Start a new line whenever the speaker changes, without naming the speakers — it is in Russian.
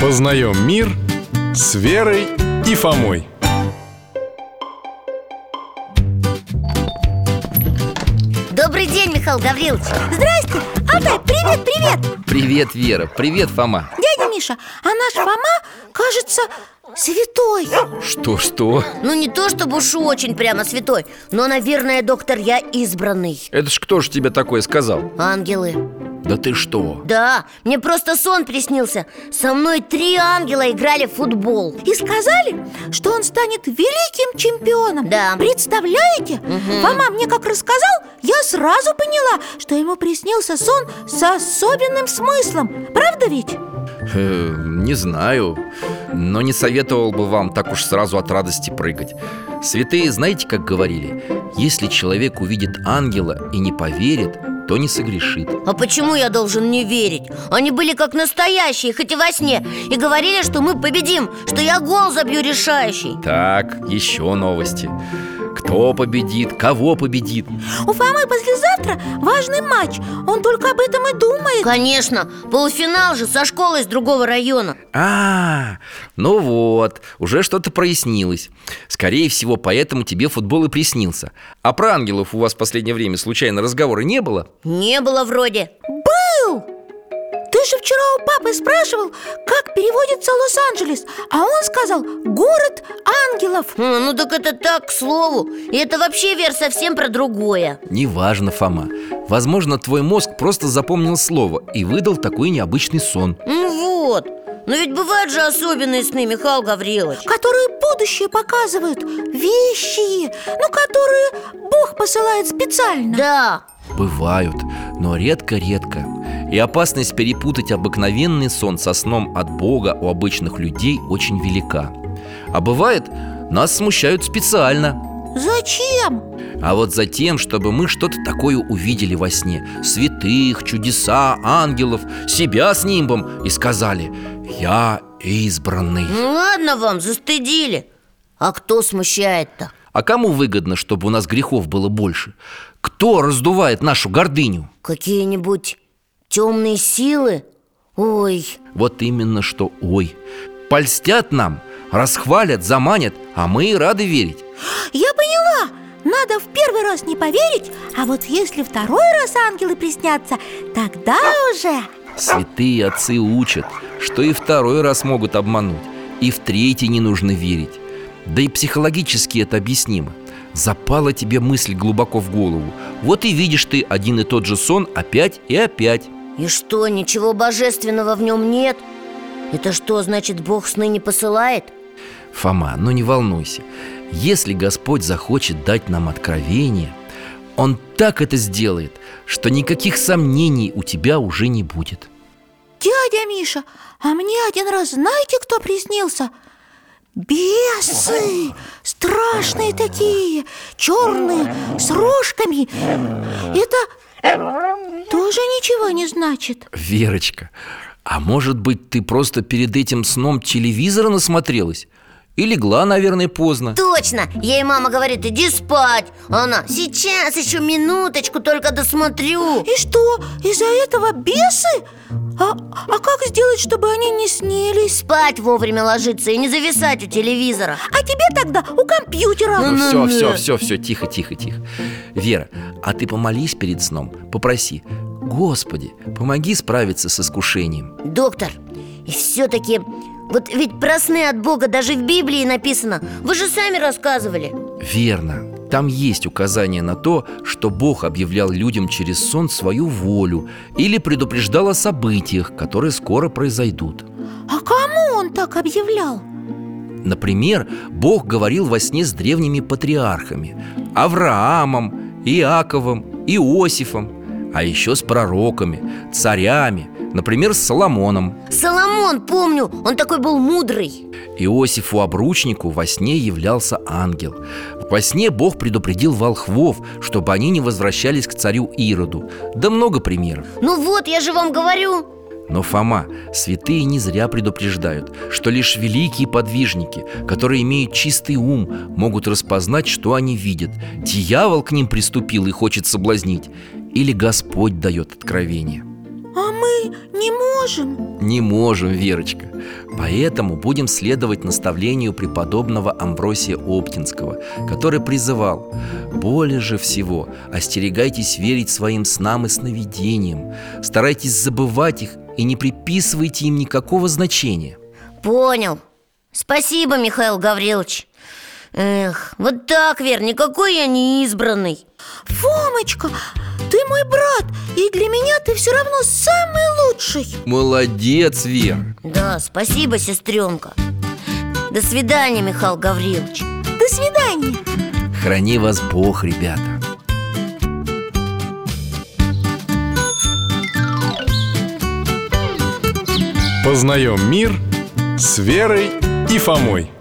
Познаем мир с Верой и Фомой.
Добрый день, Михаил Гаврилович Здрасте, Алтай, привет, привет
Привет, Вера, привет, Фома
Дядя Миша, а наш Фома, кажется, святой
Что-что?
Ну не то чтобы уж очень прямо святой Но, наверное, доктор, я избранный
Это ж кто ж тебе такое сказал?
Ангелы
Да ты что?
Да, мне просто сон приснился Со мной три ангела играли в футбол
И сказали, что он станет великим чемпионом
Да.
Представляете? Фома мне как рассказал, я сразу поняла, что ему приснился сон с особенным смыслом Правда ведь?
Э, не знаю Но не советовал бы вам так уж сразу от радости прыгать Святые, знаете, как говорили? Если человек увидит ангела и не поверит, то не согрешит
А почему я должен не верить? Они были как настоящие, хоть и во сне И говорили, что мы победим, что я гол забью решающий
Так, еще новости Кто победит, кого победит
У Фомы послезавтра важный матч Он только об этом и думает
Конечно, полуфинал же со школы из другого района
А, ну вот, уже что-то прояснилось Скорее всего, поэтому тебе футбол и приснился А про ангелов у вас в последнее время случайно разговора не было?
Не было вроде
Был! Ты же вчера у папы спрашивал, как переводится Лос-Анджелес А он сказал «город ангелов»
Э, Ну так это так, к слову И это вообще, Вер, совсем про другое
Неважно, Фома Возможно, твой мозг просто запомнил слово И выдал такой необычный сон
Ну вот Но ведь бывают же особенные сны, Михаил Гаврилович
которые будущее показывают Вещи, ну, которые Бог посылает специально
Да,
Бывают, но редко-редко И опасность перепутать обыкновенный сон со сном от Бога у обычных людей очень велика А бывает, нас смущают специально –
Зачем?
А вот за тем, чтобы мы что-то такое увидели во сне Святых, чудеса, ангелов, себя с нимбом И сказали «Я избранный»
ну ладно вам, застыдили А кто смущает-то?
А кому выгодно, чтобы у нас грехов было больше? Кто раздувает нашу гордыню?
Какие-нибудь темные силы? Ой,
Вот именно что «Ой» Польстят нам, расхвалят, заманят, а мы и рады верить
Я поняла, надо в первый раз не поверить А вот если второй раз ангелы приснятся, тогда уже
Святые отцы учат, что и второй раз могут обмануть, и в третий не нужно верить. Да и психологически это объяснимо. Запала тебе мысль глубоко в голову. Вот и видишь ты один и тот же сон опять и опять.
и что, ничего божественного в нем нет? Это что, значит, Бог сны не посылает?
Фома, ну не волнуйся. Если Господь захочет дать нам откровение, Он так это сделает, что никаких сомнений у тебя уже не будет.
Дядя Миша, а мне один раз знаете, кто приснился? Бесы! Страшные такие, черные, с рожками Это тоже ничего не значит
Верочка, а может быть, ты просто перед этим сном телевизора насмотрелась? И легла, наверное, поздно
Точно, ей мама говорит, иди спать А Она, сейчас еще минуточку только досмотрю
И что, из-за этого бесы? А, а как сделать, чтобы они не снились?
Спать вовремя ложиться и не зависать у телевизора
А тебе тогда у компьютера
Ну,
Ну,
все,
ну,
все,
ну.
все, все, тихо, тихо, тихо Вера, а ты помолись перед сном, попроси Господи, помоги справиться с искушением
Доктор, и все-таки Вот ведь про сны от Бога даже в Библии написано Вы же сами рассказывали
Верно, там есть указание на то, что Бог объявлял людям через сон свою волю Или предупреждал о событиях, которые скоро произойдут
А кому он так объявлял?
Например, Бог говорил во сне с древними патриархами Авраамом, Иаковом, Иосифом А еще с пророками, царями Например, с Соломоном
Соломон, помню, он такой был мудрый
Иосифу обручнику во сне являлся ангел Во сне Бог предупредил волхвов, чтобы они не возвращались к царю Ироду Да много примеров
Ну вот, я же вам говорю
Но Фома, святые не зря предупреждают, что лишь великие подвижники, которые имеют чистый ум, могут распознать, что они видят. Дьявол к ним приступил и хочет соблазнить. Или Господь дает откровение.
А мы не можем
Не можем, Верочка. Поэтому будем следовать наставлению преподобного Амвросия Оптинского, который призывал «Более же всего остерегайтесь верить своим снам и сновидениям, старайтесь забывать их и не приписывайте им никакого значения».
Понял Спасибо, Михаил Гаврилович Эх, вот так, Вер, никакой я не избранный
Фомочка, ты мой брат И для меня ты все равно самый лучший
Молодец, Вер!
Да, спасибо, сестренка До свидания, Михаил Гаврилович
До свидания
Храни вас Бог, ребята!
Познаем мир с Верой и Фомой.